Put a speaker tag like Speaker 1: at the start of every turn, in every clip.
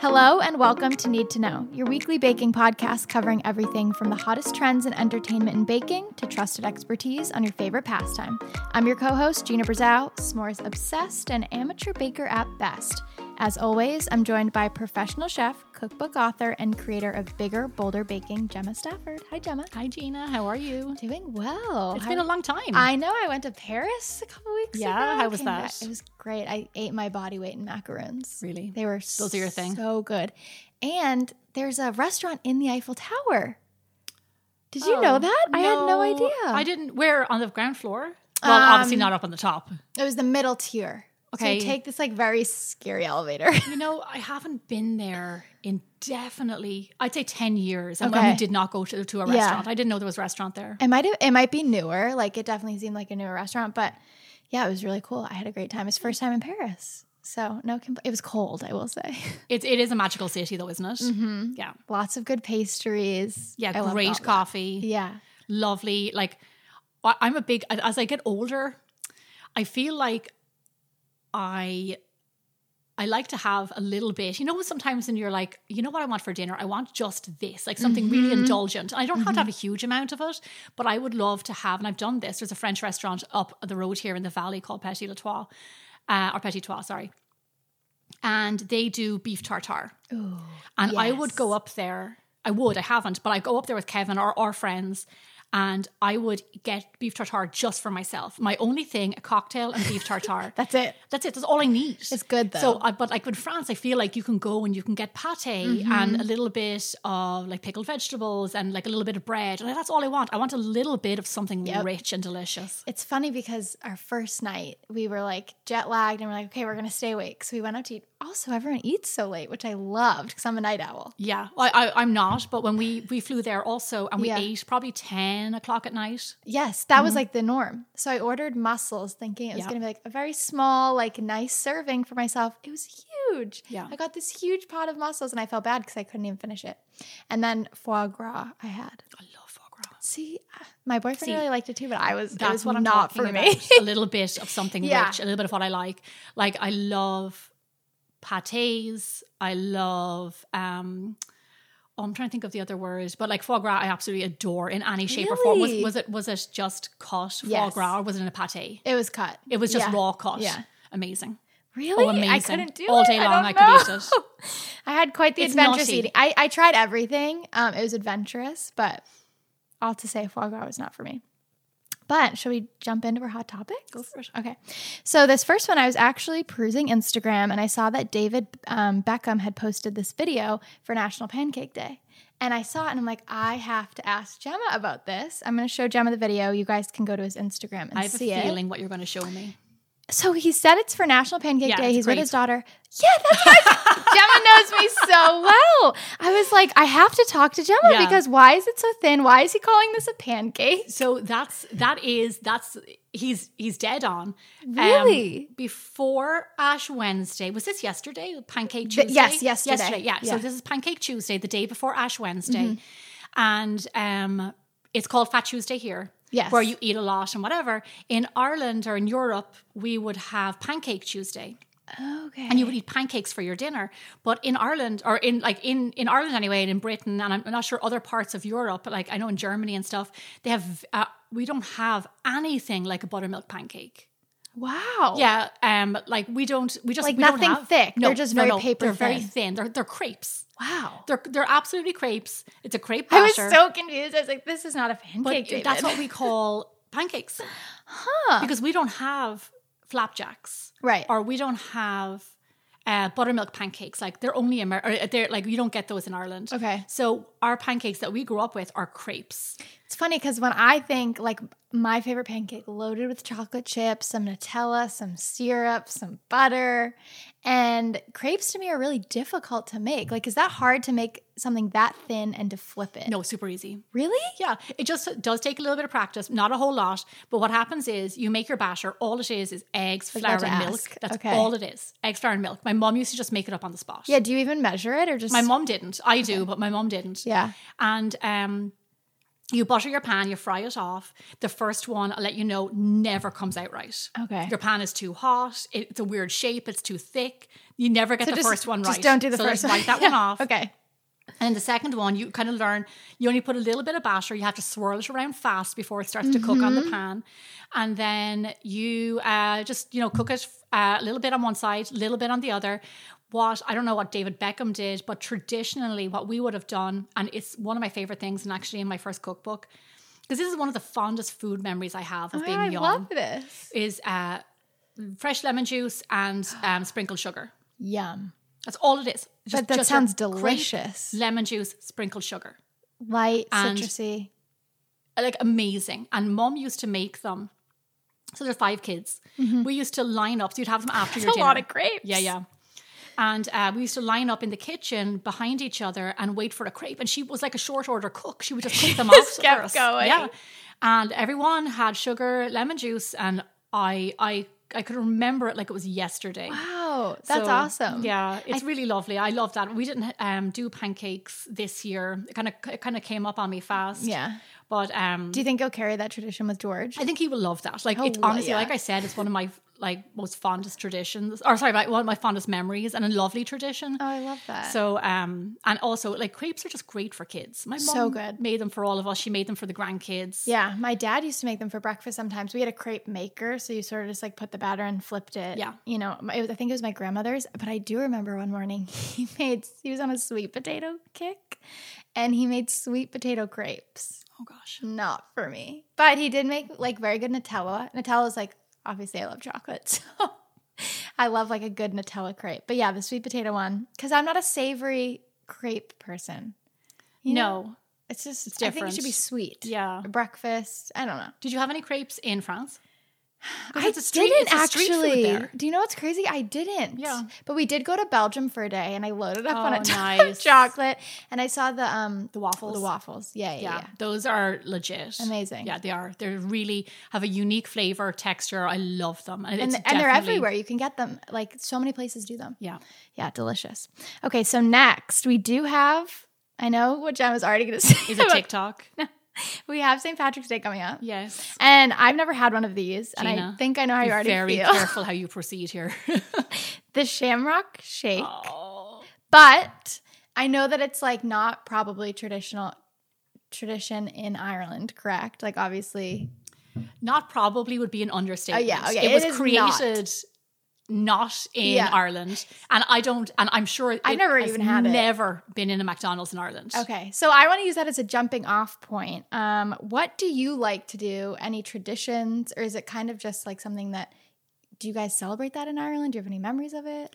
Speaker 1: Hello, and welcome to Need to Know, your weekly baking podcast covering everything from the hottest trends in entertainment and baking to trusted expertise on your favorite pastime. I'm your co host, Gina Brazow, s'mores obsessed and amateur baker at best. As always, I'm joined by professional chef, cookbook author, and creator of Bigger, Bolder Baking, Gemma Stafford. Hi, Gemma.
Speaker 2: Hi, Gina. How are you?
Speaker 1: Doing well.
Speaker 2: It's
Speaker 1: How-
Speaker 2: been a long time.
Speaker 1: I know. I went to Paris a couple weeks ago.
Speaker 2: Yeah? How was
Speaker 1: came back-
Speaker 2: that?
Speaker 1: It was great. I ate my body weight in macaroons.
Speaker 2: really.
Speaker 1: They were
Speaker 2: Those are your thing?
Speaker 1: so good. And there's a restaurant in the Eiffel Tower. Did you know
Speaker 2: Oh,
Speaker 1: that? I had no idea.
Speaker 2: I didn't. Where on the ground floor? Well, obviously
Speaker 1: Um,
Speaker 2: not up on the top.
Speaker 1: It was the middle tier.
Speaker 2: Okay.
Speaker 1: So you take this like very scary elevator.
Speaker 2: You know, I haven't been there in definitely. I'd say ten years. And when
Speaker 1: Okay.
Speaker 2: we did not go to, to a
Speaker 1: Yeah.
Speaker 2: restaurant, I didn't know there was a restaurant there.
Speaker 1: it might have, it might be newer. Like it definitely seemed like a newer restaurant, but yeah, it was really cool. I had a great time. It's first time in Paris. So no compl- it was cold, I will say.
Speaker 2: It's it is a magical city, though, isn't it?
Speaker 1: Mm-hmm.
Speaker 2: Yeah.
Speaker 1: Lots of good pastries. I
Speaker 2: Yeah.
Speaker 1: loved all
Speaker 2: Great
Speaker 1: that.
Speaker 2: coffee.
Speaker 1: Yeah.
Speaker 2: lovely. Like I- I'm a big as I get older, I feel like I I like to have a little bit. You know, sometimes when you're like, you know what I want for dinner? I want just this, like something really
Speaker 1: Mhm.
Speaker 2: indulgent. I don't have to have a
Speaker 1: Mm-hmm.
Speaker 2: huge amount of it, but I would love to have. And I've done this. There's a French restaurant up the road here in the valley called Petit Le Trois, uh, or Petit Trois, sorry. And they do beef tartare.
Speaker 1: Ooh.
Speaker 2: And I would
Speaker 1: Yes.
Speaker 2: go up there. I would, I haven't, but I go up there with Kevin or our friends and I would get beef tartare just for myself. My only thing, a cocktail and beef tartare.
Speaker 1: That's it.
Speaker 2: That's it. That's all I need.
Speaker 1: It's good though.
Speaker 2: So, I, but like with France, I feel like you can go and you can get pate
Speaker 1: Mm-hmm.
Speaker 2: and a little bit of like pickled vegetables and like a little bit of bread. And that's all I want. I want a little bit of something
Speaker 1: Yep.
Speaker 2: rich and delicious.
Speaker 1: It's funny because our first night we were like jet lagged and we're like, okay, we're gonna stay awake. So we went out to eat. Also, everyone eats so late, which I loved because I'm a night owl.
Speaker 2: Yeah, I, I, I'm not. But when we we flew there also, and we
Speaker 1: Yeah.
Speaker 2: ate probably ten o'clock at night.
Speaker 1: Yes, that was like the norm. So I ordered mussels, thinking it was
Speaker 2: Mm-hmm.
Speaker 1: gonna
Speaker 2: Yeah.
Speaker 1: be like a very small, like nice serving for myself. It was huge.
Speaker 2: Yeah.
Speaker 1: I got this huge pot of mussels and I felt bad because I couldn't even finish it. And then foie gras I had.
Speaker 2: I love foie gras.
Speaker 1: See, uh, my boyfriend
Speaker 2: See,
Speaker 1: really liked it too, but I was that
Speaker 2: That's
Speaker 1: was
Speaker 2: what I'm
Speaker 1: not
Speaker 2: talking
Speaker 1: for
Speaker 2: about.
Speaker 1: me.
Speaker 2: a little bit of something
Speaker 1: Yeah.
Speaker 2: rich, a little bit of what I like. Like I love pates. I love. um oh, I'm trying to think of the other words, but like foie gras, I absolutely adore in any shape or form. Was
Speaker 1: Really?
Speaker 2: was it was it just cut foie
Speaker 1: Yes.
Speaker 2: gras or was it in a pate?
Speaker 1: It was cut.
Speaker 2: It was just
Speaker 1: Yeah.
Speaker 2: raw cut.
Speaker 1: Yeah.
Speaker 2: Amazing.
Speaker 1: Really?
Speaker 2: Oh, amazing.
Speaker 1: I couldn't do
Speaker 2: All
Speaker 1: it.
Speaker 2: day long,
Speaker 1: I,
Speaker 2: I
Speaker 1: don't know.
Speaker 2: could eat it.
Speaker 1: I had quite the
Speaker 2: It's
Speaker 1: adventurous
Speaker 2: naughty.
Speaker 1: eating. I, I tried everything. Um, it was adventurous, but all to say, foie gras was not for me. But should we jump into our hot topics? Go
Speaker 2: for it.
Speaker 1: Okay. So this first one, I was actually perusing Instagram and I saw that David um, Beckham had posted this video for National Pancake Day. And I saw it and I'm like, I have to ask Gemma about this. I'm going to show Gemma the video. You guys can go to his Instagram and
Speaker 2: I have a
Speaker 1: see it.
Speaker 2: feeling what you're going to show me.
Speaker 1: So he said it's for National Pancake
Speaker 2: Yeah,
Speaker 1: Day.
Speaker 2: it's
Speaker 1: He's
Speaker 2: great.
Speaker 1: with his daughter. Yeah, that's right. Gemma knows me so well. I was like, I have to talk to Gemma
Speaker 2: Yeah.
Speaker 1: because why is it so thin? Why is he calling this a pancake?
Speaker 2: So that's that is that's he's he's dead on. Um,
Speaker 1: Really?
Speaker 2: before Ash Wednesday, was this yesterday? Pancake
Speaker 1: Th-
Speaker 2: Tuesday.
Speaker 1: yes, yesterday.
Speaker 2: yeah.
Speaker 1: Yeah.
Speaker 2: So this is Pancake Tuesday, the day before Ash Wednesday,
Speaker 1: Mm-hmm.
Speaker 2: and um, it's called Fat Tuesday here.
Speaker 1: Yes.
Speaker 2: Where you eat a lot and whatever. In Ireland or in Europe, we would have Pancake Tuesday
Speaker 1: okay.
Speaker 2: and you would eat pancakes for your dinner. But in Ireland, or in like in in Ireland anyway, and in Britain, and I'm not sure other parts of Europe, but like I know in Germany and stuff, they have uh, we don't have anything like a buttermilk pancake.
Speaker 1: wow.
Speaker 2: Yeah, um, like we don't we just
Speaker 1: Like
Speaker 2: we don't
Speaker 1: nothing
Speaker 2: have-
Speaker 1: thick. They're just very paper
Speaker 2: They're very
Speaker 1: thin.
Speaker 2: thin. They're they're crepes.
Speaker 1: Wow.
Speaker 2: They're they're absolutely crepes. It's a crepe
Speaker 1: I was
Speaker 2: batter.
Speaker 1: so confused. I was like, this is not a
Speaker 2: but
Speaker 1: pancake. David.
Speaker 2: that's what we call pancakes
Speaker 1: huh.
Speaker 2: because we don't have flapjacks
Speaker 1: Right.
Speaker 2: or we don't have uh, buttermilk pancakes. Like they're only Amer- or uh, they're like you don't get those in Ireland.
Speaker 1: Okay.
Speaker 2: So our pancakes that we grew up with are crepes.
Speaker 1: It's funny because when I think like my favorite pancake loaded with chocolate chips, some Nutella, some syrup, some butter, and crepes to me are really difficult to make. Like, is that hard to make something that thin and to flip it?
Speaker 2: No, super easy.
Speaker 1: Really?
Speaker 2: Yeah, it just does take a little bit of practice, not a whole lot. But what happens is you make your batter. All it is is eggs,
Speaker 1: was
Speaker 2: flour,
Speaker 1: about to
Speaker 2: and milk.
Speaker 1: ask.
Speaker 2: That's
Speaker 1: Okay.
Speaker 2: all it is. Eggs, flour, and milk. My mom used to just make it up on the spot.
Speaker 1: Yeah. Do you even measure it or just
Speaker 2: My mom didn't. I do, but my mom didn't.
Speaker 1: Yeah.
Speaker 2: And um, You butter your pan, you fry it off. The first one, I'll let you know, never comes out right.
Speaker 1: Okay.
Speaker 2: Your pan is too hot. it- it's a weird shape. It's too thick. You never get
Speaker 1: So
Speaker 2: the
Speaker 1: just-
Speaker 2: first one right.
Speaker 1: Just don't do the
Speaker 2: so
Speaker 1: first
Speaker 2: let's
Speaker 1: one.
Speaker 2: Write that
Speaker 1: Yeah.
Speaker 2: one off.
Speaker 1: Okay.
Speaker 2: And the second one, you kind of learn you only put a little bit of batter. You have to swirl it around fast before it starts to cook on
Speaker 1: Mm-hmm.
Speaker 2: the pan, and then you uh, just you know cook it uh, a little bit on one side, a little bit on the other. What I don't know what David Beckham did, but traditionally what we would have done, and it's one of my favorite things, and actually in my first cookbook, because this is one of the fondest food memories I have of
Speaker 1: Oh,
Speaker 2: being
Speaker 1: I
Speaker 2: young,
Speaker 1: love this.
Speaker 2: is uh, fresh lemon juice and um, sprinkled sugar.
Speaker 1: Yum.
Speaker 2: That's all it is. Just-
Speaker 1: but that
Speaker 2: just a
Speaker 1: sounds
Speaker 2: grape,
Speaker 1: delicious.
Speaker 2: Lemon juice, sprinkled sugar
Speaker 1: Light,
Speaker 2: and-
Speaker 1: citrusy.
Speaker 2: like amazing. And mom used to make them. So there's five kids. We used to line up. So you'd have them after
Speaker 1: Mm-hmm.
Speaker 2: your
Speaker 1: That's a
Speaker 2: dinner.
Speaker 1: lot of grapes.
Speaker 2: yeah, yeah. And uh, we used to line up in the kitchen behind each other and wait for a crepe. And she was like a short order cook. She would just cook them off
Speaker 1: just
Speaker 2: for
Speaker 1: kept
Speaker 2: us.
Speaker 1: going.
Speaker 2: Yeah. And everyone had sugar, lemon juice, and I, I, I could remember it like it was yesterday.
Speaker 1: Wow. That's
Speaker 2: Oh, So,
Speaker 1: awesome.
Speaker 2: Yeah, it's really lovely. I love that. We didn't um, do pancakes this year. It kind of it kind of came up on me fast.
Speaker 1: Yeah.
Speaker 2: But um,
Speaker 1: Do you think you'll carry that tradition with George?
Speaker 2: I think he will love that. Like
Speaker 1: Oh,
Speaker 2: it's
Speaker 1: lo-
Speaker 2: honestly,
Speaker 1: yeah.
Speaker 2: like I said, it's one of my like most fondest traditions, or sorry, my, one of my fondest memories, and a lovely tradition.
Speaker 1: oh, I love that.
Speaker 2: So, um, and also like crepes are just great for kids. My mom
Speaker 1: So good.
Speaker 2: made them for all of us. She made them for the grandkids.
Speaker 1: yeah, my dad used to make them for breakfast sometimes. We had a crepe maker, so you sort of just like put the batter and flipped it.
Speaker 2: Yeah.
Speaker 1: You know, my- it was, I think it was my grandmother's, but I do remember one morning he made, he was on a sweet potato kick and he made sweet potato crepes.
Speaker 2: Oh gosh.
Speaker 1: Not for me. But he did make like very good Nutella. Nutella's like obviously I love chocolate. So I love like a good Nutella crepe. But yeah, the sweet potato one cuz I'm not a savory crepe person. You know,
Speaker 2: no.
Speaker 1: it's just
Speaker 2: it's
Speaker 1: I think it
Speaker 2: different.
Speaker 1: should be sweet.
Speaker 2: Yeah.
Speaker 1: Breakfast, I don't know.
Speaker 2: Did you have any crepes in France? 'Cause
Speaker 1: I
Speaker 2: it's a street-
Speaker 1: didn't
Speaker 2: it's a street food
Speaker 1: actually.
Speaker 2: there.
Speaker 1: Do you know what's crazy? I didn't.
Speaker 2: Yeah.
Speaker 1: But we did go to Belgium for a day and I loaded up on a
Speaker 2: Oh,
Speaker 1: ton of
Speaker 2: nice.
Speaker 1: chocolate and I saw the um
Speaker 2: The waffles.
Speaker 1: the waffles. Yeah, yeah,
Speaker 2: Yeah,
Speaker 1: yeah.
Speaker 2: those are legit.
Speaker 1: Amazing.
Speaker 2: Yeah, they are. They really have a unique flavor, texture. I love them, and,
Speaker 1: And,
Speaker 2: it's
Speaker 1: and they're
Speaker 2: definitely-
Speaker 1: everywhere. You can get them. Like so many places do them.
Speaker 2: Yeah.
Speaker 1: Yeah, delicious. Okay, so next we do have. I know what Jen was already going to say.
Speaker 2: Is it
Speaker 1: but
Speaker 2: TikTok?
Speaker 1: We have St. Patrick's Day coming up,
Speaker 2: yes.
Speaker 1: and I've never had one of these, and I
Speaker 2: Gina,
Speaker 1: think I know how
Speaker 2: Be
Speaker 1: you already
Speaker 2: very
Speaker 1: feel.
Speaker 2: careful how you proceed here.
Speaker 1: The Shamrock Shake,
Speaker 2: oh.
Speaker 1: but I know that it's like not probably traditional tradition in Ireland, correct? Like obviously,
Speaker 2: Not probably would be an understatement.
Speaker 1: Oh, yeah, okay, it
Speaker 2: It was
Speaker 1: is
Speaker 2: created not, in
Speaker 1: Yeah.
Speaker 2: Ireland. And I don't and I'm sure
Speaker 1: I've
Speaker 2: it
Speaker 1: never
Speaker 2: has
Speaker 1: even had it.
Speaker 2: never been in a McDonald's in Ireland.
Speaker 1: Okay, so I want to use that as a jumping off point. Um, what do you like to do? Any traditions, or is it kind of just like something that? Do you guys celebrate that in Ireland? Do you have any memories of it?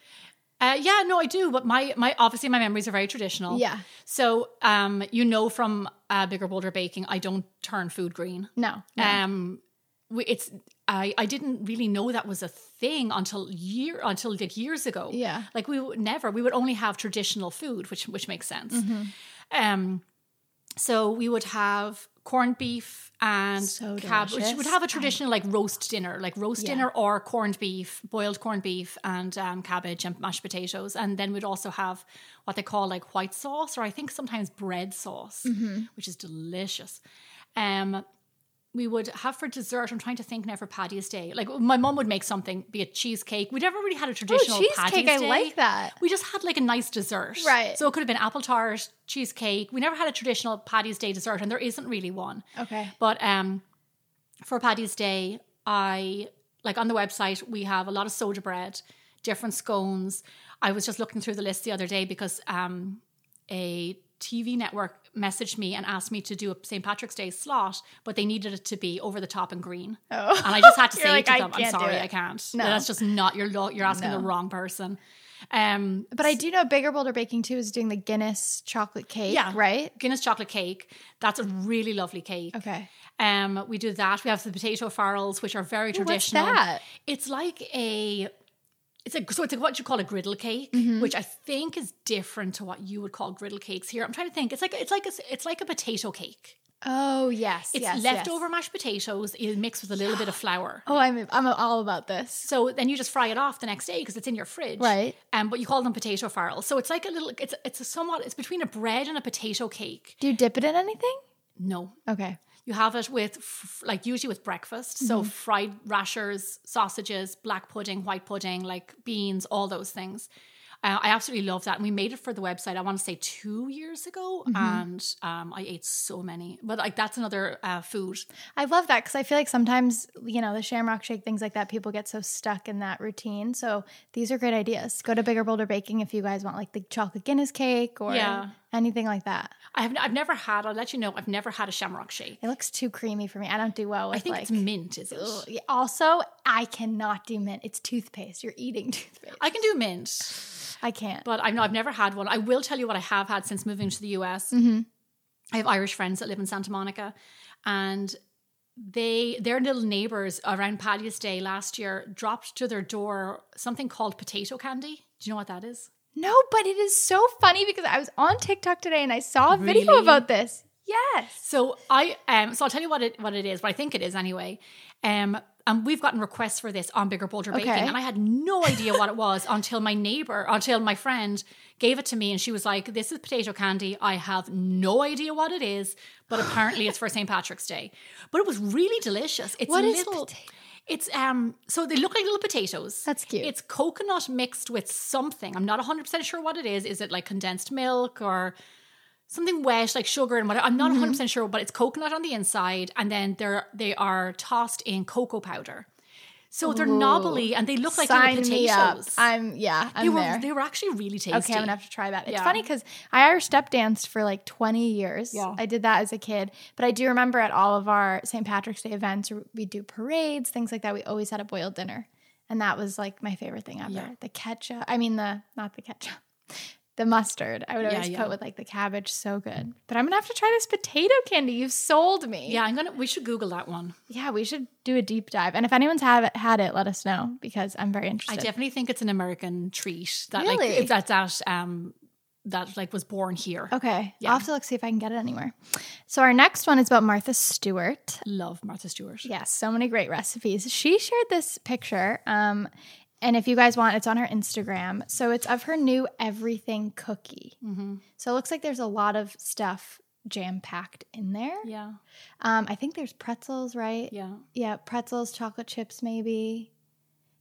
Speaker 2: Uh, yeah, no, I do, but my my obviously my memories are very traditional.
Speaker 1: Yeah,
Speaker 2: So um you know from uh, Bigger Bolder Baking, I don't turn food green.
Speaker 1: no, no.
Speaker 2: Um, we- it's I I didn't really know that was a thing until year until like years ago.
Speaker 1: yeah,
Speaker 2: Like we would never we would only have traditional food, which which makes sense.
Speaker 1: Mhm.
Speaker 2: Um, so we would have corned beef and
Speaker 1: So
Speaker 2: We
Speaker 1: delicious.
Speaker 2: would have a traditional like roast dinner, like roast
Speaker 1: Yeah.
Speaker 2: dinner or corned beef, boiled corned beef and um, cabbage and mashed potatoes, and then we'd also have what they call like white sauce or I think sometimes bread sauce,
Speaker 1: Mm-hmm.
Speaker 2: which is delicious. Um, we would have for dessert. I'm trying to think now for Paddy's Day. Like my mom would make something, be it cheesecake. We never really had a traditional
Speaker 1: Oh, cheesecake.
Speaker 2: Paddy's
Speaker 1: I
Speaker 2: Day.
Speaker 1: like that.
Speaker 2: We just had like a nice dessert.
Speaker 1: Right.
Speaker 2: So it could have been apple tart, cheesecake. We never had a traditional Paddy's Day dessert, and there isn't really one.
Speaker 1: Okay,
Speaker 2: But um, for Paddy's Day, I like on the website we have a lot of soda bread, different scones. I was just looking through the list the other day because um, a TV network messaged me and asked me to do a St. Patrick's Day slot, but they needed it to be over the top and green.
Speaker 1: oh,
Speaker 2: And I just had to
Speaker 1: You're
Speaker 2: say
Speaker 1: like,
Speaker 2: to
Speaker 1: "I
Speaker 2: them, "I'm
Speaker 1: can't do
Speaker 2: sorry,
Speaker 1: it."
Speaker 2: I can't.
Speaker 1: No.
Speaker 2: That's just not your lo- You're asking
Speaker 1: No.
Speaker 2: the wrong person." Um,
Speaker 1: but I do know Bigger Boulder Baking too is doing the Guinness chocolate cake.
Speaker 2: Yeah.
Speaker 1: right.
Speaker 2: Guinness chocolate cake. That's a really lovely cake.
Speaker 1: Okay,
Speaker 2: Um, we do that. We have the potato farrels, which are very
Speaker 1: what's
Speaker 2: traditional.
Speaker 1: that?
Speaker 2: It's like a it's a so it's like what you call a griddle cake,
Speaker 1: Mm-hmm.
Speaker 2: which I think is different to what you would call griddle cakes here. I'm trying to think. It's like it's like a, it's like a potato cake.
Speaker 1: Oh yes,
Speaker 2: It's
Speaker 1: yes, yes.
Speaker 2: leftover mashed potatoes is mixed with a little bit of flour.
Speaker 1: Oh, I'm I'm all about this.
Speaker 2: So then you just fry it off the next day because it's in your fridge,
Speaker 1: Right.
Speaker 2: Um, but you call them potato farrels. So it's like a little. It's it's a somewhat. It's between a bread and a potato cake.
Speaker 1: Do you dip it in anything?
Speaker 2: No,
Speaker 1: Okay.
Speaker 2: you have it with f- like usually with breakfast. So
Speaker 1: Mm-hmm.
Speaker 2: fried rashers, sausages, black pudding, white pudding, like beans, all those things. Uh, I absolutely love that. And we made it for the website, I want to say two years ago.
Speaker 1: Mm-hmm.
Speaker 2: And um, I ate so many. But like that's another uh, food.
Speaker 1: I love that because I feel like sometimes, you know, the shamrock shake, things like that, people get so stuck in that routine. So these are great ideas. Go to Bigger Boulder Baking if you guys want like the chocolate Guinness cake or
Speaker 2: Yeah.
Speaker 1: anything like that.
Speaker 2: I have, I've never had, I'll let you know, I've never had a shamrock shake.
Speaker 1: It looks too creamy for me. I don't do well with
Speaker 2: I think
Speaker 1: like.
Speaker 2: it's mint, is it?
Speaker 1: Ugh. Yeah, Also, I cannot do mint. It's toothpaste. You're eating toothpaste.
Speaker 2: I can do mint.
Speaker 1: I can't.
Speaker 2: but I've, I've never had one. I will tell you what I have had since moving to the US. I have Irish friends that live in Santa Monica, and they their little neighbors around Paddy's Day last year dropped to their door something called potato candy. Do you know what that is?
Speaker 1: No, but it is so funny because I was on TikTok today and I saw a video
Speaker 2: Really?
Speaker 1: about this. Yes.
Speaker 2: So I um so I'll tell you what it what it is, but I think it is anyway. Um and we've gotten requests for this on Bigger Boulder Baking,
Speaker 1: Okay.
Speaker 2: and I had no idea what it was until my neighbor, until my friend gave it to me, and she was like, "This is potato candy. I have no idea what it is, but apparently it's for St. Patrick's Day." But it was really delicious. It's
Speaker 1: What is
Speaker 2: little,
Speaker 1: potato-
Speaker 2: It's um, so they look like little potatoes.
Speaker 1: That's cute.
Speaker 2: It's coconut mixed with something. I'm not 100 percent sure what it is. Is it like condensed milk or something wet like sugar and whatever. I'm not 100 percent sure, but it's coconut on the inside, and then they're they are tossed in cocoa powder. So they're knobbly and they look like
Speaker 1: Sign
Speaker 2: little potatoes.
Speaker 1: me up. I'm yeah. I'm
Speaker 2: they were
Speaker 1: there.
Speaker 2: they were actually really tasty.
Speaker 1: Okay, I'm gonna have to try that. It's
Speaker 2: Yeah.
Speaker 1: funny because I Irish step danced for like 20 years.
Speaker 2: Yeah.
Speaker 1: I did that as a kid, but I do remember at all of our St. Patrick's Day events, or we do parades, things like that. We always had a boiled dinner, and that was like my favorite thing ever.
Speaker 2: Yeah.
Speaker 1: The ketchup, I mean the not the ketchup, the mustard. I would
Speaker 2: Yeah,
Speaker 1: always
Speaker 2: yeah.
Speaker 1: put with like the cabbage. So good. But I'm gonna have to try this potato candy. You've sold me.
Speaker 2: yeah, I'm gonna. We should Google that one.
Speaker 1: Yeah, we should do a deep dive. And if anyone's have it, had it, let us know because I'm very
Speaker 2: I
Speaker 1: interested.
Speaker 2: definitely think it's an American treat that
Speaker 1: Really?
Speaker 2: like that that um that like was born here.
Speaker 1: Okay.
Speaker 2: Yeah.
Speaker 1: I'll have to look see if I can get it anywhere. So our next one is about Martha Stewart.
Speaker 2: Love Martha Stewart.
Speaker 1: Yes, so many great recipes. She shared this picture. Um, and if you guys want, it's on her Instagram. So it's of her new everything cookie.
Speaker 2: Mm-hmm.
Speaker 1: So it looks like there's a lot of stuff jam packed in there.
Speaker 2: Yeah,
Speaker 1: Um, I think there's pretzels, right?
Speaker 2: yeah.
Speaker 1: Yeah, pretzels, chocolate chips, maybe.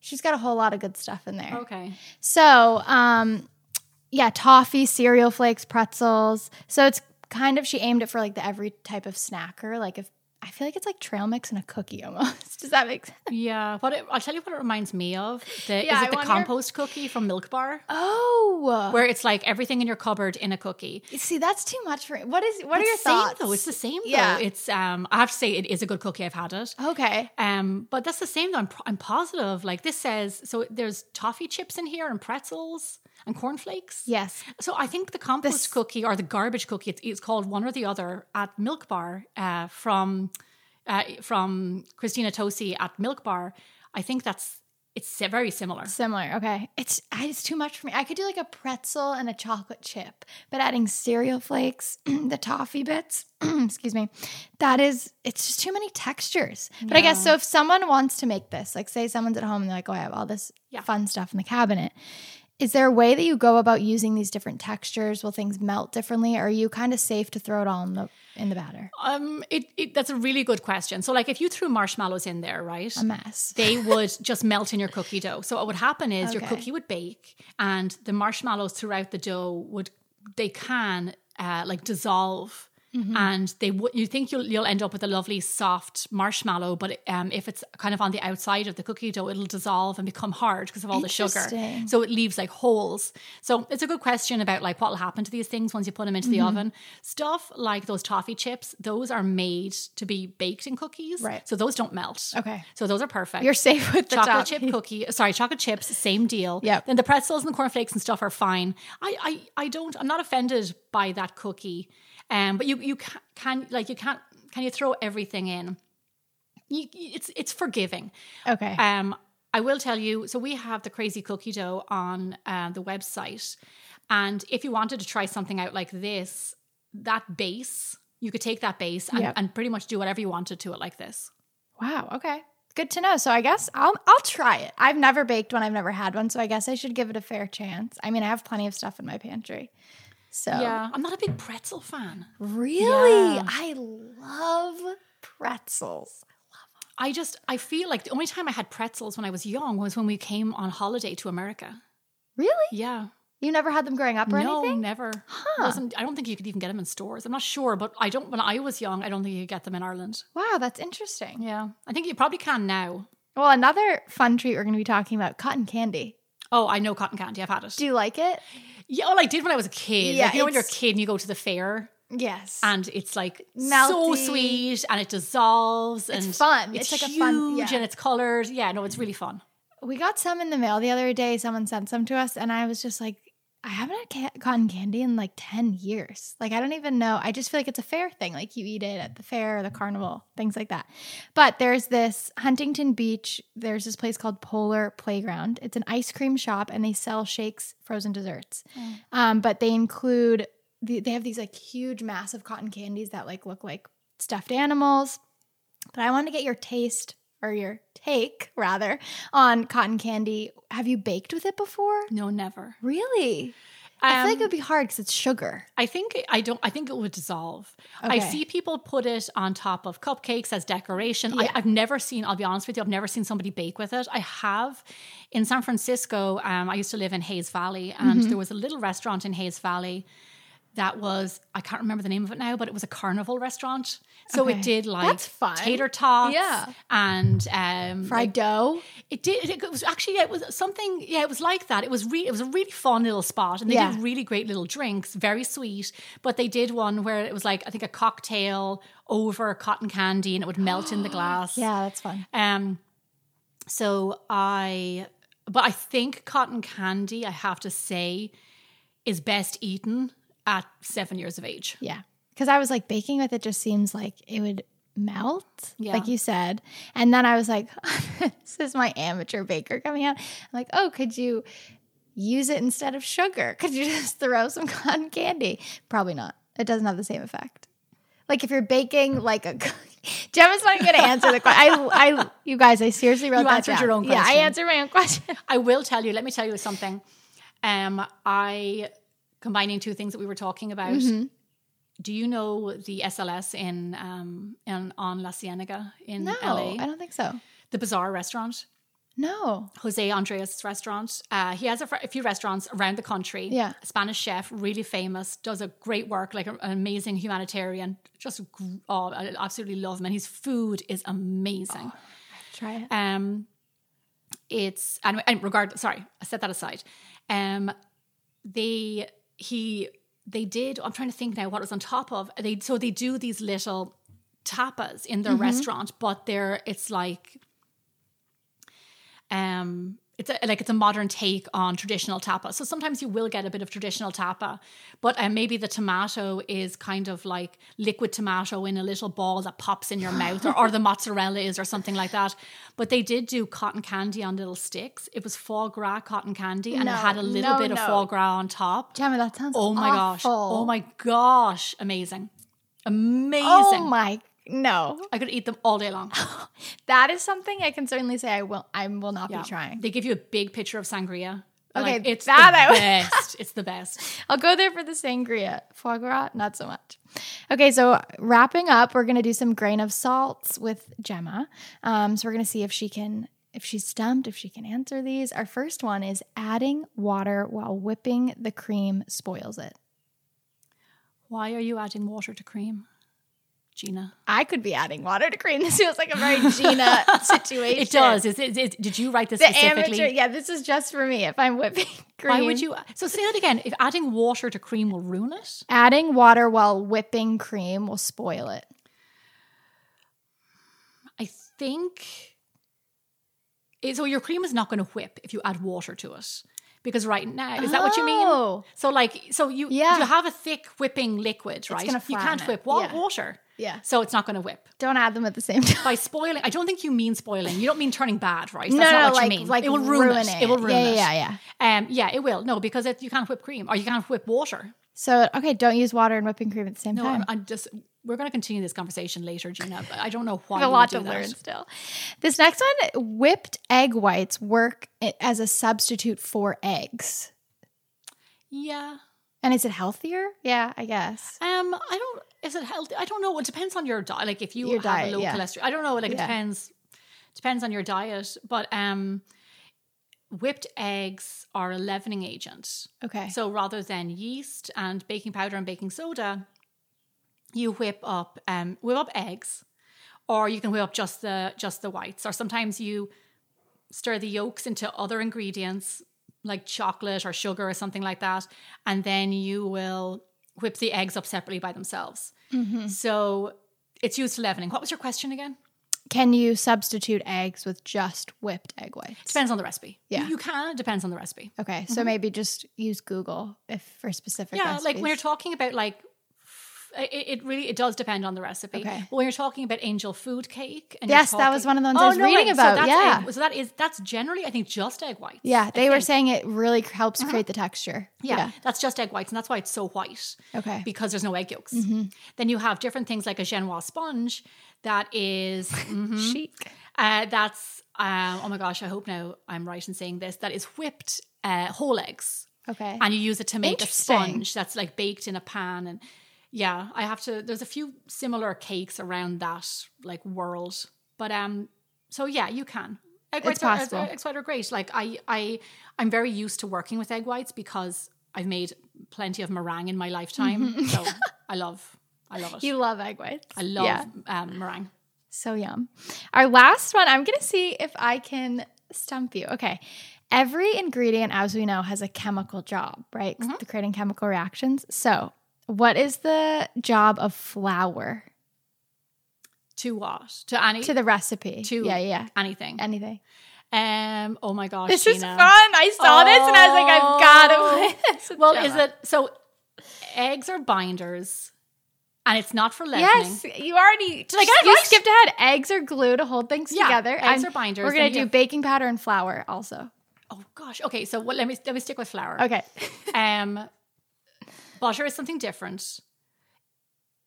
Speaker 1: She's got a whole lot of good stuff in there.
Speaker 2: Okay.
Speaker 1: So, um, yeah, toffee, cereal flakes, pretzels. So it's kind of she aimed it for like the every type of snacker. Like if I feel like it's like trail mix and a cookie almost. Does that make sense?
Speaker 2: Yeah, but it, I'll tell you what it reminds me of. The,
Speaker 1: Yeah,
Speaker 2: is
Speaker 1: I
Speaker 2: it the
Speaker 1: wonder-
Speaker 2: compost cookie from Milk Bar?
Speaker 1: Oh,
Speaker 2: Where it's like everything in your cupboard in a cookie.
Speaker 1: see, that's too much for. What is? What are
Speaker 2: It's
Speaker 1: your
Speaker 2: same,
Speaker 1: thoughts?
Speaker 2: Though it's the same.
Speaker 1: Yeah.
Speaker 2: Though. It's um. I have to say it is a good cookie. I've had it.
Speaker 1: okay.
Speaker 2: Um. But that's the same. Though I'm pro- I'm positive. Like this says so. There's toffee chips in here and pretzels and cornflakes.
Speaker 1: Yes.
Speaker 2: So I think the compost
Speaker 1: This-
Speaker 2: cookie or the garbage cookie. It's, it's called one or the other at Milk Bar. Uh. From. Uh. From Christina Tosi at Milk Bar. I think that's it's very similar.
Speaker 1: Similar. Okay. It's I- it's too much for me. I could do like a pretzel and a chocolate chip, but adding cereal flakes, the toffee bits, excuse me, that is it's just too many textures. But I guess so if someone wants to make this, like say someone's at home and they're like, "Oh, I have all this
Speaker 2: Yeah.
Speaker 1: fun stuff in the cabinet." Is there a way that you go about using these different textures? Will things melt differently? Or are you kind of safe to throw it all in the in the batter?
Speaker 2: Um, it, it that's a really good question. So, like, if you threw marshmallows in there, right?
Speaker 1: A mess.
Speaker 2: they would just melt in your cookie dough. So what would happen is your
Speaker 1: Okay.
Speaker 2: cookie would bake, and the marshmallows throughout the dough would they can uh, like dissolve,
Speaker 1: Mm-hmm.
Speaker 2: and they would you think you'll you'll end up with a lovely soft marshmallow, but um, if it's kind of on the outside of the cookie dough, it'll dissolve and become hard because of all the sugar.
Speaker 1: Interesting.
Speaker 2: So it leaves like holes. So it's a good question about like what will happen to these things once you put them into
Speaker 1: Mm-hmm.
Speaker 2: the oven. Stuff like those toffee chips, those are made to be baked in cookies,
Speaker 1: Right.
Speaker 2: So those don't melt.
Speaker 1: Okay.
Speaker 2: So those are perfect.
Speaker 1: You're safe with the
Speaker 2: chocolate
Speaker 1: toffee.
Speaker 2: chip cookie. Sorry, chocolate chips, same deal.
Speaker 1: Yep.
Speaker 2: Then the pretzels and the cornflakes and stuff are fine. I I, I don't I'm not offended by that cookie. Um but you you ca- can like you can't can you throw everything in? You, it's it's forgiving.
Speaker 1: Okay.
Speaker 2: Um, I will tell you. So we have the crazy cookie dough on uh, the website, and if you wanted to try something out like this, that base you could take that base and,
Speaker 1: Yep.
Speaker 2: and pretty much do whatever you wanted to it like this.
Speaker 1: Wow. Okay. Good to know. So I guess I'll I'll try it. I've never baked one. I've never had one. So I guess I should give it a fair chance. I mean, I have plenty of stuff in my pantry. So
Speaker 2: yeah, I'm not a big pretzel fan.
Speaker 1: really,
Speaker 2: Yeah.
Speaker 1: I love pretzels.
Speaker 2: I just I feel like the only time I had pretzels when I was young was when we came on holiday to America.
Speaker 1: Really?
Speaker 2: Yeah,
Speaker 1: You never had them growing up or
Speaker 2: no,
Speaker 1: anything?
Speaker 2: never.
Speaker 1: Huh.
Speaker 2: Wasn't I don't think you could even get them in stores. I'm not sure, but I don't. When I was young, I don't think you could get them in Ireland.
Speaker 1: Wow, that's interesting.
Speaker 2: Yeah, I think you probably can now.
Speaker 1: Well, another fun treat we're going to be talking about cotton candy.
Speaker 2: Oh, I know cotton candy. I've had it.
Speaker 1: Do you like it?
Speaker 2: yeah, well, I did when I was a kid.
Speaker 1: Yeah,
Speaker 2: like, you know, when you're a
Speaker 1: it's-
Speaker 2: kid and you go to the fair
Speaker 1: Yes.
Speaker 2: and it's like so
Speaker 1: Melty.
Speaker 2: sweet and it dissolves and
Speaker 1: fun.
Speaker 2: It's,
Speaker 1: It's like a
Speaker 2: huge
Speaker 1: fun- yeah.
Speaker 2: and it's colored. Yeah, no, it's really fun.
Speaker 1: we got some in the mail the other day. Someone sent some to us, and I was just like, I haven't had ca- cotton candy in like 10 years. Like, I don't even know. I just feel like it's a fair thing. Like, you eat it at the fair or the carnival, things like that. But there's this Huntington Beach, there's this place called Polar Playground. It's an ice cream shop, and they sell shakes, frozen desserts.
Speaker 2: Mm.
Speaker 1: Um, but they include, the, they have these like huge, massive cotton candies that like look like stuffed animals. But I want to get your taste or your take rather on cotton candy. Have you baked with it before?
Speaker 2: No, never.
Speaker 1: Really? I feel like it
Speaker 2: Um,
Speaker 1: would be hard because it's sugar.
Speaker 2: I think I don't. I think it would dissolve. I
Speaker 1: Okay.
Speaker 2: see people put it on top of cupcakes as decoration.
Speaker 1: Yeah.
Speaker 2: I, I've never seen. I'll be honest with you. I've never seen somebody bake with it. I have in San Francisco. Um, I used to live in Hayes Valley, and
Speaker 1: Mm-hmm.
Speaker 2: there was a little restaurant in Hayes Valley that was. I can't remember the name of it now, but it was a carnival restaurant. So
Speaker 1: Okay.
Speaker 2: it did like
Speaker 1: That's fun.
Speaker 2: tater tots,
Speaker 1: Yeah.
Speaker 2: and um,
Speaker 1: Fried dough.
Speaker 2: it did. It was actually yeah, it was something. Yeah, it was like that. It was re- it was a really fun little spot, and they
Speaker 1: Yeah.
Speaker 2: did really great little drinks, very sweet. But they did one where it was like I think a cocktail over cotton candy, and it would melt in the glass.
Speaker 1: Yeah, that's fun.
Speaker 2: Um. So I, but I think cotton candy, I have to say, is best eaten at seven years of age.
Speaker 1: Yeah. Because I was like, baking with it just seems like it would melt,
Speaker 2: Yeah.
Speaker 1: like you said. And then I was like, this is my amateur baker coming out. I'm like, oh, could you use it instead of sugar? Could you just throw some cotton candy? Probably not. It doesn't have the same effect. Like if you're baking like a Gemma's not going to answer the question. I, I, you guys, I seriously wrote
Speaker 2: You
Speaker 1: that
Speaker 2: answered
Speaker 1: down.
Speaker 2: your own
Speaker 1: Yeah, I
Speaker 2: question.
Speaker 1: answered my own question.
Speaker 2: I will tell you. Let me tell you something. Um, I combining two things that we were talking about.
Speaker 1: Mhm.
Speaker 2: Do you know the SLS in um in on La Cienega in
Speaker 1: No, I
Speaker 2: LA?
Speaker 1: don't think so.
Speaker 2: The bizarre restaurant,
Speaker 1: No.
Speaker 2: Jose Andres' restaurant. Uh, he has a, fr- a few restaurants around the country.
Speaker 1: Yeah.
Speaker 2: Spanish chef, really famous, does a great work, like an amazing humanitarian. Just gr- oh, I absolutely love him, and his food is
Speaker 1: Oh,
Speaker 2: amazing.
Speaker 1: Try it.
Speaker 2: Um, it's and, and regard. Sorry, I set that aside. Um, they he they did. I'm trying to think now what it was on top of. They so they do these little tapas in their
Speaker 1: Mm-hmm.
Speaker 2: restaurant, but they're it's like um. It's a, like it's a modern take on traditional tapa. So sometimes you will get a bit of traditional tapa, but um, maybe the tomato is kind of like liquid tomato in a little ball that pops in your mouth, or, or the mozzarella is, or something like that. But they did do cotton candy on little sticks. It was foie gras cotton candy, and
Speaker 1: No,
Speaker 2: it had a little
Speaker 1: no,
Speaker 2: bit of
Speaker 1: no.
Speaker 2: foie gras on top.
Speaker 1: Gemma, that sounds
Speaker 2: Oh my gosh.
Speaker 1: awful.
Speaker 2: Oh my gosh. Amazing. Amazing.
Speaker 1: Oh my no.
Speaker 2: I could eat them all day long.
Speaker 1: That is something I can certainly say I will I will not
Speaker 2: Yeah.
Speaker 1: be trying.
Speaker 2: They give you a big picture of sangria.
Speaker 1: Okay,
Speaker 2: Like, it's
Speaker 1: that
Speaker 2: the
Speaker 1: I would-
Speaker 2: best. it's the best.
Speaker 1: I'll go there for the sangria. Foie gras, not so much. Okay, so wrapping up, we're gonna do some grain of salts with Gemma. Um, so we're gonna see if she can if she's stumped, if she can answer these. Our first one is adding water while whipping the cream spoils it.
Speaker 2: Why are you adding water to cream, Gina?
Speaker 1: I could be adding water to cream. This feels like a very Gina situation.
Speaker 2: It does. Is, it- is- did you write this
Speaker 1: The
Speaker 2: specifically?
Speaker 1: amateur, yeah, this is just for me. If I'm whipping cream,
Speaker 2: Why would you? So say that again. If adding water to cream will ruin it,
Speaker 1: Adding water while whipping cream will spoil it.
Speaker 2: I think. eh, So your cream is not going to whip if you add water to it, because right now is that what you mean?
Speaker 1: Oh.
Speaker 2: So like, so you
Speaker 1: Yeah.
Speaker 2: you have a thick whipping liquid, right?
Speaker 1: gonna
Speaker 2: you
Speaker 1: flatten
Speaker 2: can't
Speaker 1: it.
Speaker 2: whip wa-
Speaker 1: Yeah.
Speaker 2: water,
Speaker 1: Yeah.
Speaker 2: so it's not going to whip.
Speaker 1: Don't add them at the same time.
Speaker 2: By spoiling, I don't think you mean spoiling. You don't mean turning bad, right? That's
Speaker 1: no,
Speaker 2: not
Speaker 1: no,
Speaker 2: what
Speaker 1: like,
Speaker 2: you mean.
Speaker 1: like
Speaker 2: it will ruin, it. It will ruin
Speaker 1: yeah,
Speaker 2: it.
Speaker 1: Yeah, yeah, yeah.
Speaker 2: Um, yeah, it will. No, because it, you can't whip cream or you can't whip water.
Speaker 1: So, okay, don't use water and whipping cream at the same
Speaker 2: No,
Speaker 1: time.
Speaker 2: I'm, I'm just. We're going to continue this conversation later, Gina. But I don't know why.
Speaker 1: I have a
Speaker 2: we
Speaker 1: lot
Speaker 2: do
Speaker 1: to
Speaker 2: that.
Speaker 1: learn still. This next one whipped egg whites work i- as a substitute for eggs.
Speaker 2: Yeah,
Speaker 1: And is it healthier? Yeah, I guess.
Speaker 2: Um, I don't. Is it healthy? I don't know. It depends on your diet. Like if you
Speaker 1: Your
Speaker 2: have
Speaker 1: diet,
Speaker 2: a low
Speaker 1: yeah.
Speaker 2: cholesterol, I don't know. Like it
Speaker 1: Yeah.
Speaker 2: depends. Depends on your diet, but um, whipped eggs are a leavening agent.
Speaker 1: Okay.
Speaker 2: So rather than yeast and baking powder and baking soda, you whip up um, whip up eggs, or you can whip up just the just the whites, or sometimes you stir the yolks into other ingredients like chocolate or sugar or something like that, and then you will whip the eggs up separately by themselves. So it's used to leavening. What was your question again?
Speaker 1: Can you substitute eggs with just whipped egg whites?
Speaker 2: Depends on the recipe.
Speaker 1: Yeah.
Speaker 2: you can. it Depends on the recipe.
Speaker 1: Okay, so maybe just use Google if for specific.
Speaker 2: Mm-hmm. yeah like when you're
Speaker 1: recipes.
Speaker 2: talking about like f- it, it really it does depend on the recipe
Speaker 1: Okay.
Speaker 2: but when you're talking about angel food cake and
Speaker 1: Yes,
Speaker 2: you're
Speaker 1: that was
Speaker 2: talking- Oh,
Speaker 1: one of the ones I was reading
Speaker 2: so
Speaker 1: about,
Speaker 2: that's
Speaker 1: yeah.
Speaker 2: egg- so that is that's generally i think just egg whites
Speaker 1: yeah, they were saying it really c- helps create the texture.
Speaker 2: yeah, that's just egg whites and that's why it's so white
Speaker 1: Yeah. Okay. Mm-hmm.
Speaker 2: because there's no egg yolks then you have different things like a genoise sponge that is- mhm.
Speaker 1: Chic.
Speaker 2: Uh, that's um, oh my gosh i hope now i'm right in saying this that is whipped uh, whole eggs
Speaker 1: Okay.
Speaker 2: and you use it to make a
Speaker 1: Interesting.
Speaker 2: sponge that's like baked in a pan and yeah i have to there's a few similar cakes around that like world but um so yeah you can egg
Speaker 1: It's
Speaker 2: whites are,
Speaker 1: possible.
Speaker 2: egg whites are great like i i i'm very used to working with egg whites because i've made plenty of meringue in my lifetime so i love i love it
Speaker 1: Mm-hmm. you love egg whites.
Speaker 2: i love
Speaker 1: Yeah.
Speaker 2: um, meringue
Speaker 1: So yum. Our last one. I'm gonna see if I can stump you. Okay. Every ingredient, as we know, has a chemical job, right? 'Cause they're creating chemical reactions. So, what is the job of flour
Speaker 2: to what to any
Speaker 1: to
Speaker 2: to
Speaker 1: the recipe?
Speaker 2: To-
Speaker 1: yeah, yeah,
Speaker 2: anything
Speaker 1: anything.
Speaker 2: um oh my gosh
Speaker 1: This is
Speaker 2: Gina.
Speaker 1: fun. I saw this and I was like, I've got to
Speaker 2: Oh.
Speaker 1: play this. with
Speaker 2: Well,
Speaker 1: Gemma.
Speaker 2: is it so? Eggs are binders, and it's not for leavening.
Speaker 1: Yes, you already. Did
Speaker 2: I get it
Speaker 1: You
Speaker 2: right?
Speaker 1: skipped ahead. Eggs are glue to hold things
Speaker 2: Yeah,
Speaker 1: together.
Speaker 2: eggs
Speaker 1: and
Speaker 2: are binders,
Speaker 1: We're gonna
Speaker 2: then you
Speaker 1: do
Speaker 2: have-
Speaker 1: baking powder and flour also.
Speaker 2: Oh gosh. Okay. So what, let me let me stick with flour.
Speaker 1: Okay.
Speaker 2: Um, butter is something different.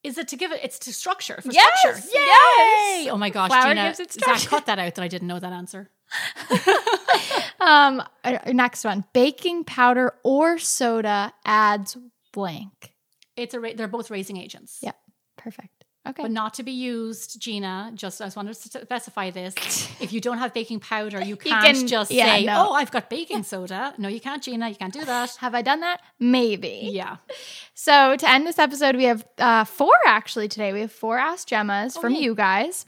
Speaker 2: Is it to give it? It's to structure for
Speaker 1: Yes,
Speaker 2: structure.
Speaker 1: yes.
Speaker 2: Yay! Oh my gosh,
Speaker 1: Flour
Speaker 2: Gina,
Speaker 1: gives it
Speaker 2: Zach,
Speaker 1: structure.
Speaker 2: cut that out that I didn't know that answer.
Speaker 1: Um, our- our next one: baking powder or soda adds blank.
Speaker 2: It's a ra- they're both raising agents.
Speaker 1: Yeah, perfect. Okay.
Speaker 2: But not to be used, Gina. Just I just wanted to specify this. If you don't have baking powder, you can't
Speaker 1: can-
Speaker 2: just
Speaker 1: yeah,
Speaker 2: say,
Speaker 1: no.
Speaker 2: "Oh, I've got baking soda." No, you can't, Gina. You can't do that.
Speaker 1: Have I done that? Maybe.
Speaker 2: Yeah.
Speaker 1: So to end this episode, we have uh, four actually today. We have four Ask Gemmas from
Speaker 2: Oh, yay.
Speaker 1: you guys.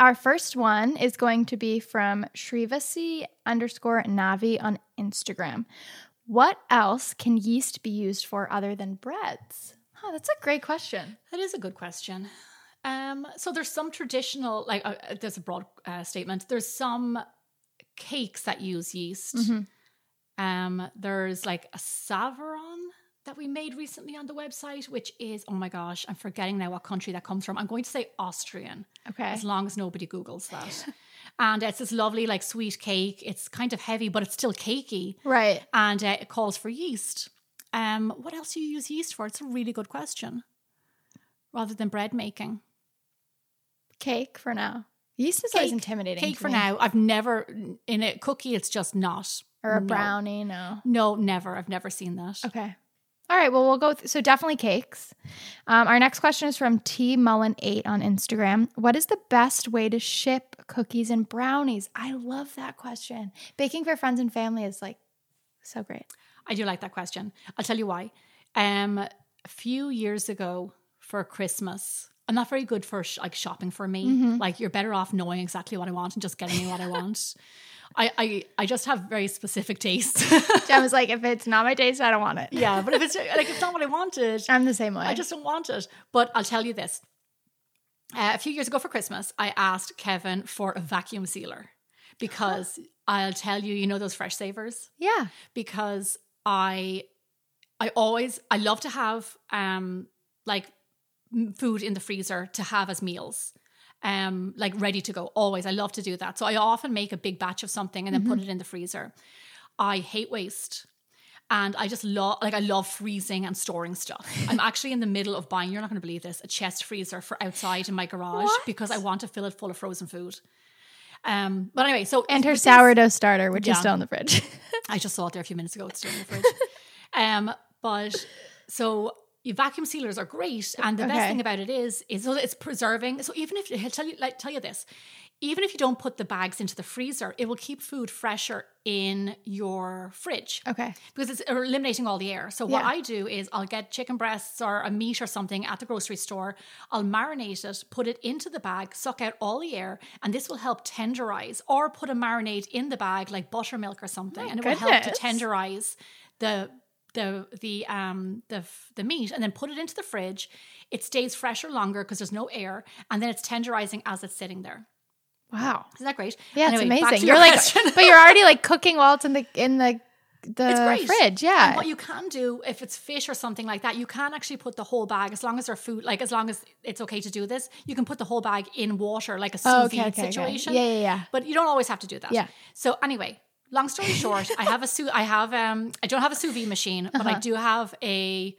Speaker 1: Our first one is going to be from Shrivasi underscore Navi on Instagram. What else can yeast be used for other than breads? Huh, that's a great question.
Speaker 2: That is a good question. Um, so there's some traditional, like uh, uh, there's a broad uh, statement. There's some cakes that use yeast.
Speaker 1: Mhm.
Speaker 2: Um, there's like a savaron that we made recently on the website, which is oh my gosh, I'm forgetting now what country that comes from. I'm going to say Austrian,
Speaker 1: Okay.
Speaker 2: as long as nobody googles that. and it's this lovely like sweet cake. It's kind of heavy, but it's still cakey,
Speaker 1: Right.
Speaker 2: and uh, it calls for yeast. Um, what else do you use yeast for? It's a really good question. Rather than bread making.
Speaker 1: Cake for now. Yeast is always
Speaker 2: Cake.
Speaker 1: intimidating.
Speaker 2: cake
Speaker 1: to
Speaker 2: for
Speaker 1: me.
Speaker 2: now. I've never in a cookie. It's just not
Speaker 1: Or a Oh.
Speaker 2: No.
Speaker 1: brownie, no.
Speaker 2: No, never. I've never seen that.
Speaker 1: Okay. All right. Well, we'll go. Th- so definitely cakes. Um, our next question is from T Mullen Eight on Instagram. What is the best way to ship cookies and brownies? I love that question. Baking for friends and family is like so great.
Speaker 2: I do like that question. I'll tell you why. Um, a few years ago for Christmas, I'm not very good for sh- like shopping for me.
Speaker 1: Mhm.
Speaker 2: Like you're better off knowing exactly what I want and just getting me what I want. I, I I just have very specific tastes.
Speaker 1: Jen was like, if it's not my taste, I don't want it.
Speaker 2: yeah, but if it's like it's not what I wanted,
Speaker 1: I'm the same way.
Speaker 2: I just don't want it. But I'll tell you this. Uh, a few years ago for Christmas, I asked Kevin for a vacuum sealer because I'll tell you, you know those fresh savers?
Speaker 1: yeah.
Speaker 2: Because I I always I love to have um like m- food in the freezer to have as meals. Um, like ready to go, always. I love to do that. So I often make a big batch of something and then
Speaker 1: Mm-hmm.
Speaker 2: put it in the freezer. I hate waste. And I just love, like, I love freezing and storing stuff. I'm actually in the middle of buying, you're not going to believe this, a chest freezer for outside in my garage
Speaker 1: What?
Speaker 2: because I want to fill it full of frozen food. Um, but anyway, so
Speaker 1: And her
Speaker 2: with these-
Speaker 1: sourdough starter, which
Speaker 2: Yeah.
Speaker 1: is still in the fridge.
Speaker 2: I just saw it there a few minutes ago. It's still in the fridge. um, But so your vacuum sealers are great, and the best
Speaker 1: Okay.
Speaker 2: thing about it is is that it's preserving. So even if he'll tell you like tell you this, even if you don't put the bags into the freezer, it will keep food fresher in your fridge
Speaker 1: Okay.
Speaker 2: because it's eliminating all the air. So what
Speaker 1: Yeah.
Speaker 2: I do is I'll get chicken breasts or a meat or something at the grocery store. I'll marinate it, put it into the bag, suck out all the air, and this will help tenderize. Or put a marinade in the bag like buttermilk or something, and it will help to
Speaker 1: goodness.
Speaker 2: tenderize the the the um the f- the meat, and then put it into the fridge. It stays fresher longer because there's no air, and then it's tenderizing as it's sitting there.
Speaker 1: Wow.
Speaker 2: Isn't that great?
Speaker 1: Yeah,
Speaker 2: Anyway,
Speaker 1: it's
Speaker 2: back to
Speaker 1: amazing.
Speaker 2: your
Speaker 1: You're like,
Speaker 2: question.
Speaker 1: but you're already like cooking while it's in the in the
Speaker 2: It's
Speaker 1: the
Speaker 2: great.
Speaker 1: fridge.
Speaker 2: And
Speaker 1: Yeah.
Speaker 2: what you can do if it's fish or something like that, you can actually put the whole bag, as long as they're food, like as long as it's okay to do this, you can put the whole bag in water, like a sous
Speaker 1: Oh,
Speaker 2: vide situation.
Speaker 1: Yeah, yeah, yeah.
Speaker 2: But you don't always have to do that.
Speaker 1: Yeah.
Speaker 2: So anyway, long story short, I have a sous, I have um, I don't have a sous vide machine, but
Speaker 1: Uh-huh.
Speaker 2: I do have a,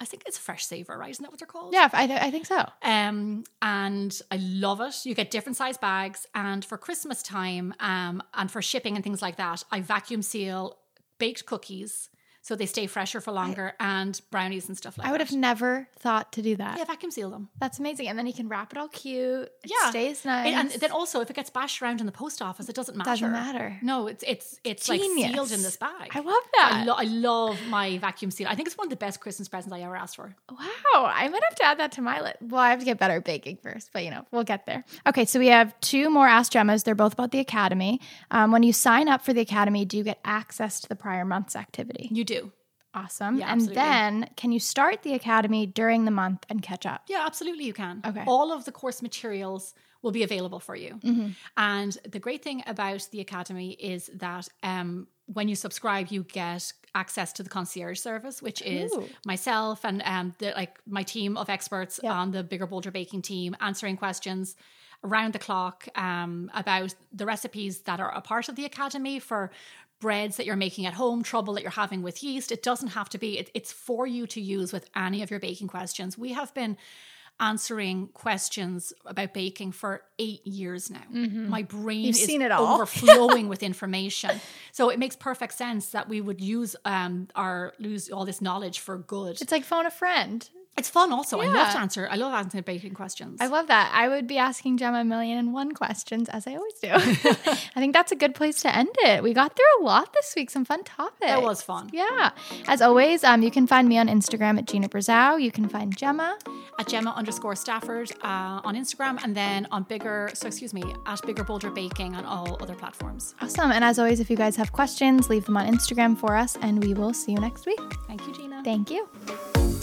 Speaker 2: I think it's fresh saver, right? Isn't that what they're called?
Speaker 1: Yeah, I, I think so.
Speaker 2: Um, and I love it. You get different size bags, and for Christmas time, um, and for shipping and things like that, I vacuum seal baked cookies so they stay fresher for longer, and brownies and stuff like that.
Speaker 1: I would have never thought to do that.
Speaker 2: yeah, vacuum seal them.
Speaker 1: That's amazing. And then you can wrap it all cute. It
Speaker 2: Yeah.
Speaker 1: stays nice.
Speaker 2: And- and then also, if it gets bashed around in the post office, it doesn't matter.
Speaker 1: doesn't matter.
Speaker 2: No, it's it's it's like sealed
Speaker 1: Genius.
Speaker 2: in this bag.
Speaker 1: I love
Speaker 2: I,
Speaker 1: that.
Speaker 2: lo- I love my vacuum seal. I think it's one of the best Christmas presents I ever asked for.
Speaker 1: wow. I might have to add that to my list. Well, I have to get better at baking first, but you know, we'll get there. Okay, so we have two more Ask Gemmas. They're both about the Academy. Um, when you sign up for the Academy, do you get access to the prior month's activity?
Speaker 2: You do.
Speaker 1: Awesome.
Speaker 2: Yeah,
Speaker 1: and
Speaker 2: absolutely.
Speaker 1: then can you start the Academy during the month and catch up?
Speaker 2: Yeah, absolutely, you can.
Speaker 1: Okay.
Speaker 2: All of the course materials will be available for you.
Speaker 1: Mhm.
Speaker 2: And the great thing about the Academy is that um, when you subscribe, you get access to the concierge service, which is
Speaker 1: Ooh.
Speaker 2: myself and um, the, like my team of experts
Speaker 1: Yeah.
Speaker 2: on the Bigger Boulder Baking team, answering questions around the clock um, about the recipes that are a part of the Academy for breads that you're making at home, trouble that you're having with yeast. It doesn't have to be, it, it's for you to use with any of your baking questions. We have been answering questions about baking for eight years now. My brain
Speaker 1: Mm-hmm. You've
Speaker 2: is
Speaker 1: seen it all.
Speaker 2: overflowing with information. So it makes perfect sense that we would use um, our lose all this knowledge for good.
Speaker 1: It's like phone a friend.
Speaker 2: It's fun also. I love to
Speaker 1: Yeah.
Speaker 2: answer. I love answering baking questions.
Speaker 1: I love that. I would be asking Gemma a million and one questions as I always do. I think that's a good place to end it. We got through a lot this week, some fun topics.
Speaker 2: that was fun.
Speaker 1: Yeah. As always, um, you can find me on Instagram at Gina Brazow. You can find Gemma.
Speaker 2: At Gemma underscore Stafford uh, on Instagram and then on bigger, so excuse me, at bigger boulder baking on all other platforms.
Speaker 1: Awesome. And as always, if you guys have questions, leave them on Instagram for us, and we will see you next week.
Speaker 2: Thank you, Gina.
Speaker 1: Thank you.